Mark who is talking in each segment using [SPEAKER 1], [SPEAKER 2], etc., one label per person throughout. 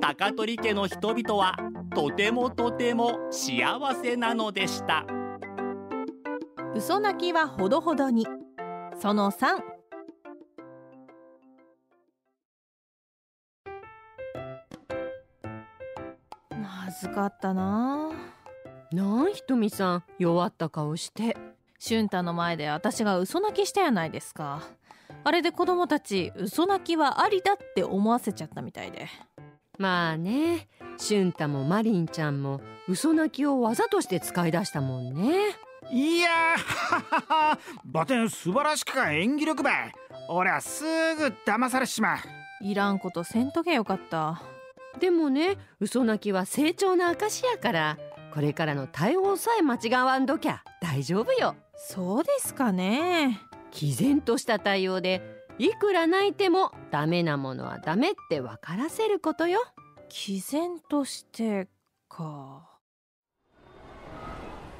[SPEAKER 1] 高取家の人々はとてもとても幸せなのでした
[SPEAKER 2] 嘘泣きはほどほどにその3まずかったな
[SPEAKER 3] なんひとみさん弱った顔して
[SPEAKER 2] 俊太の前で私が嘘泣きしたやないですかあれで子供たち嘘泣きはありだって思わせちゃったみたいで
[SPEAKER 3] まあねしゅんたもマリンちゃんも嘘泣きをわざとして使い出したもんね
[SPEAKER 4] いやー バテン素晴らしくか演技力ばい俺はすぐ騙されしまう
[SPEAKER 2] いらんことせんとけよかった
[SPEAKER 3] でもね嘘泣きは成長の証やからこれからの対応さえ間違わんどきゃ大丈夫よ
[SPEAKER 2] そうですかね
[SPEAKER 3] 毅然とした対応でいくら泣いてもダメなものはダメって分からせることよ
[SPEAKER 2] 毅然としてか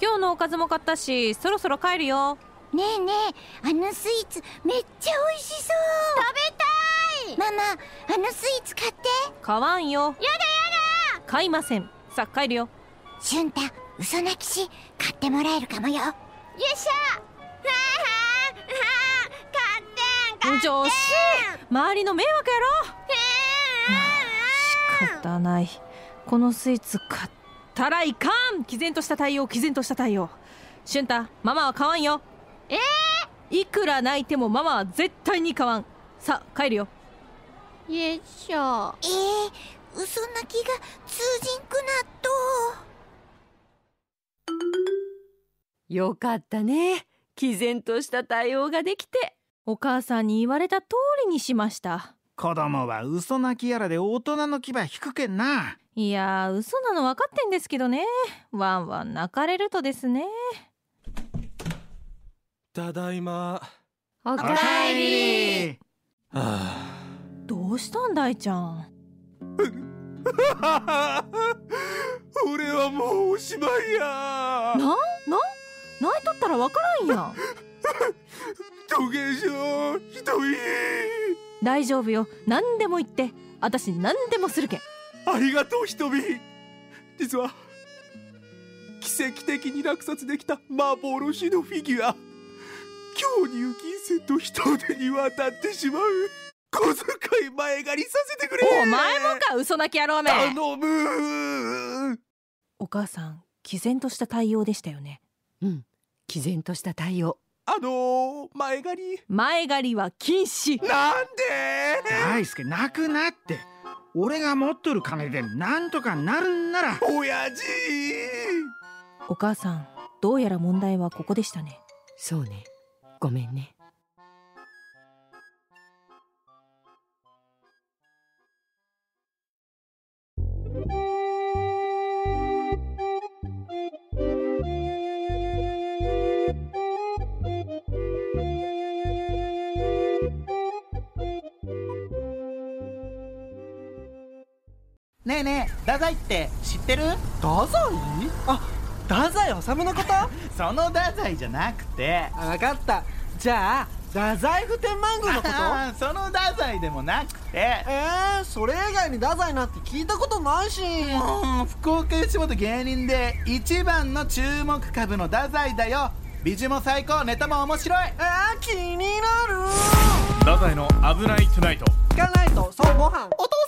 [SPEAKER 2] 今日のおかずも買ったしそろそろ帰るよ
[SPEAKER 5] ねえねえあのスイーツめっちゃ美味しそう食べたいママあのスイーツ買って
[SPEAKER 2] 買わんよやだやだ買いませんさあ帰るよ
[SPEAKER 5] しゅんた嘘泣きし買ってもらえるかもよよっしゃははは買って
[SPEAKER 2] 女子周りの迷惑やろ仕方ないこのスイーツ買ったらいかん毅然とした対応毅然とした対応俊太ママは買わんよ
[SPEAKER 5] え
[SPEAKER 2] えいくら泣いてもママは絶対に買わんさあ帰るよ
[SPEAKER 5] よっしゃえー、嘘泣きが通じんくなっと
[SPEAKER 3] よかったね毅然とした対応ができて
[SPEAKER 2] お母さんに言われた通りにしました
[SPEAKER 4] 子供は嘘泣きやらで大人の牙引くけんない
[SPEAKER 2] やー嘘なの分かってんですけどねワンワン泣かれるとですね
[SPEAKER 6] ただいま
[SPEAKER 3] お
[SPEAKER 5] かえり
[SPEAKER 6] は
[SPEAKER 2] どうしたんだいちゃん
[SPEAKER 6] あ 俺はもうおしまいや
[SPEAKER 2] なな泣いとったら分からんやん
[SPEAKER 6] 土下座ひどい
[SPEAKER 2] 大丈夫よ何でも言って私何でもするけん
[SPEAKER 6] ありがとうひとみ実は奇跡的に落札できた幻のフィギュア今日入金せんと人手に渡ってしまう小遣い前借りさせてくれ
[SPEAKER 2] お前もか嘘泣き野郎め
[SPEAKER 6] 頼む
[SPEAKER 2] お母さん毅然とした対応でしたよね
[SPEAKER 3] うん毅然とした対応
[SPEAKER 6] あのー、前借り
[SPEAKER 2] 前借りは禁止
[SPEAKER 6] なんで
[SPEAKER 4] 大輔泣くなって俺が持っとる金でなんとかなるんなら
[SPEAKER 6] 親父
[SPEAKER 2] お母さんどうやら問題はここでしたね
[SPEAKER 3] そうねごめんね
[SPEAKER 7] ねえねえ太宰って知ってる
[SPEAKER 8] 太宰あ太宰治 のこと
[SPEAKER 7] その太宰じゃなくて
[SPEAKER 8] あ分かったじゃあ太宰府天満宮のこと
[SPEAKER 7] あーその太宰でもなくて
[SPEAKER 8] えー、それ以外に太宰なんて聞いたことないし
[SPEAKER 7] うん福岡吉本芸人で一番の注目株の太宰だよ美女も最高ネタも面白い
[SPEAKER 8] えー、気になる
[SPEAKER 9] 太宰の「危ないトゥナイト」
[SPEAKER 8] 聞かないとそうご飯
[SPEAKER 7] お父